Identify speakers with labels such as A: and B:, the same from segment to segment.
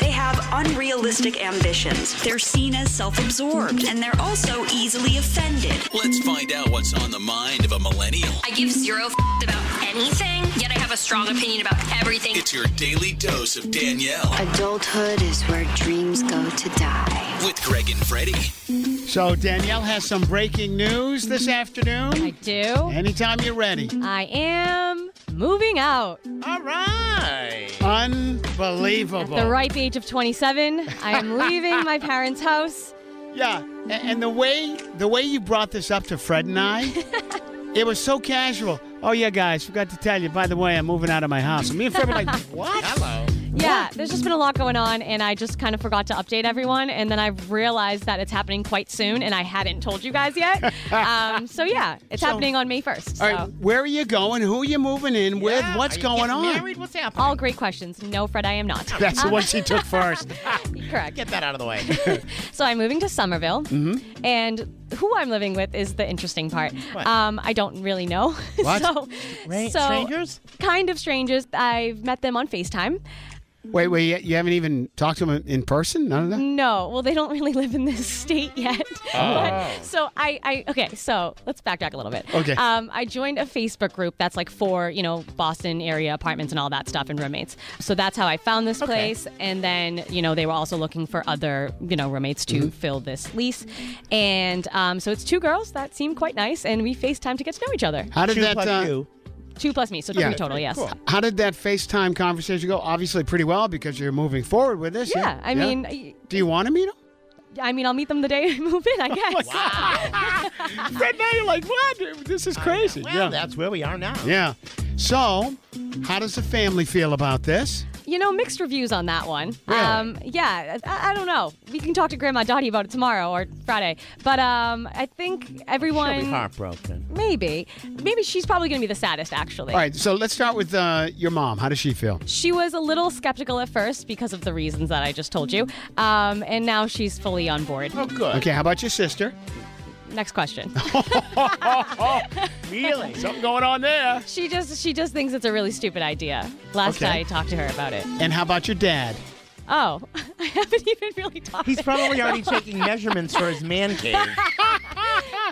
A: They have unrealistic ambitions. They're seen as self absorbed, and they're also easily offended.
B: Let's find out what's on the mind of a millennial.
C: I give zero f- about anything, yet I have a strong opinion about everything.
B: It's your daily dose of Danielle
D: Adulthood is where dreams go to die.
B: with Greg and Freddie.
E: So Danielle has some breaking news this
F: Mm-hmm.
G: I
E: afternoon.
G: do.
E: Anytime you're ready.
G: I am moving out.
F: All right.
E: Unbelievable.
G: The ripe age of 27, I am leaving my parents' house.
E: Yeah. a- And the way the way you brought this up to Fred and I, it was so casual. Oh yeah, guys, forgot to tell you. By the way, I'm moving out of my house. And me and Fred were like, what?
F: Hello.
G: Yeah, there's just been a lot going on, and I just kind of forgot to update everyone. And then I realized that it's happening quite soon, and I hadn't told you guys yet. um, so, yeah, it's happening on May 1st.
E: All
G: So.
E: right, where are you going? Who are you moving in with?
F: Yeah,
E: What's
F: are you
E: going
F: getting
E: on?
F: Married? What's happening?
G: All great questions. No, Fred, I am not.
E: That's the one she took first.
G: Correct.
F: Get that out of the way. Mm-hmm.
G: So I'm moving to Somerville, and who I'm living with is the interesting part. Um, I don't really know.
E: What?
G: so,
F: Right?
G: so-
F: Strangers?
G: Kind of strangers. I've met them on Facetime.
E: Wait, wait, you- you haven't even talked to him in person? None of
F: Mm.
E: that?
G: No, well, they don't really live in this state yet.
E: Oh.
G: But- so I, I, okay, so let's backtrack a little bit.
E: Okay.
G: Um, I joined a Facebook group that's like for you know Boston area apartments and all that stuff and roommates. So that's how I found this place. And then you know they were also looking for other you know roommates
E: Mm-hmm.
G: to fill this lease. And um, so it's two girls that seem quite nice, and we FaceTime to get to know each other.
E: How did
F: Two
E: that
F: plus
E: uh,
F: two.
G: Two plus me, so
E: Yeah.
G: three total. Yes.
E: How did that FaceTime conversation go? Obviously, pretty well because you're moving forward with this.
G: Yeah, I mean,
E: do you want to meet him?
G: I mean, I'll meet them the day I move
E: Oh
G: in, I guess.
E: Fred, now you're like, what? This is crazy.
F: Well,
E: yeah.
F: that's where we are now.
E: yeah. So, how does the family feel about this?
G: You know, mixed reviews on that one.
E: Really?
G: Um, yeah, I, I don't know. We can talk to Grandma Dottie about it tomorrow or Friday. But um, I think
F: She'll be
G: everyone.
F: heartbroken.
G: Maybe. Maybe she's probably going to be the saddest, actually.
E: All right, so let's start with uh, your mom. How does she feel?
G: She was a little skeptical at first because of the reasons that I just told you. Um, and now she's fully on board.
F: Oh, good.
E: Okay, how about your sister?
G: Next question.
F: Really?
E: Something going on there.
G: she just she just thinks it's a really stupid idea. Last
E: Okay.
G: I talked to her about it.
E: And how about your dad?
G: Oh, I haven't even really talked
F: He's
G: to
F: probably already taking measurements for his man cave.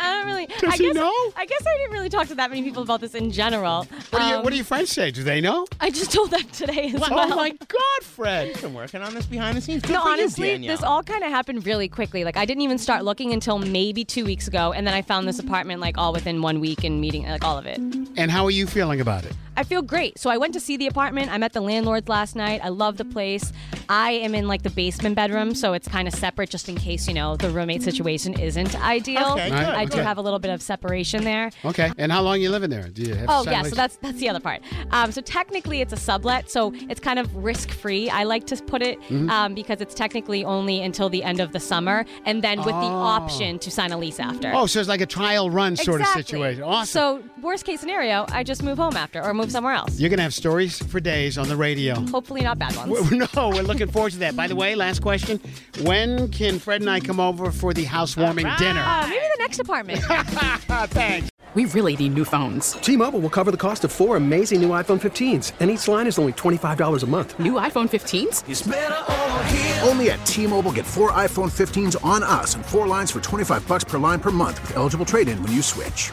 G: I don't really.
E: Does
G: I
E: he
G: guess,
E: know?
G: I guess I didn't really talk to that many people about this in general.
E: What do, you,
G: Um,
E: what do your friends say? Do they know?
G: I just told them today as well.
E: Oh my God, Fred!
F: You've been working on this behind the scenes. Good
G: no,
F: for you,
G: honestly,
F: Danielle.
G: this all kind of happened really quickly. Like I didn't even start looking until maybe two weeks ago, and then I found this apartment like all within one week and meeting like all of it.
E: And how are you feeling about it?
G: I feel great. So I went to see the apartment. I met the landlords last night. I love the place. I am in like the basement bedroom, so it's kind of separate just in case you know the roommate situation isn't ideal.
F: Okay,
E: good,
G: I do
E: okay.
G: have a little bit of separation there.
E: Okay. And how long you living there? Do you have?
G: Oh
E: signed
G: yeah, so
E: lease?
G: that's that's the other part. Um, so technically, it's a sublet, so it's kind of risk free. I like to put it
E: Mm-hmm.
G: um, because it's technically only until the end of the summer, and then with the option to sign a lease after.
E: Oh, so it's like a trial run sort
G: Exactly.
E: of situation. Awesome.
G: So worst case scenario, I just move home after or move somewhere else.
E: You're gonna have stories for days on the radio.
G: Hopefully, not bad ones.
E: no, we're looking forward to that. By the way, last question: When can Fred and I come over for the housewarming dinner?
G: Uh, maybe the next apartment.
H: We really need new phones.
I: T-Mobile will cover the cost of four amazing new iPhone 15s, and each line is only $25 a month.
H: New iPhone 15s?
B: It's better over here.
J: Only at T-Mobile get 4 iPhone 15s on us and 4 lines for 25 bucks per line per month with eligible trade-in when you switch.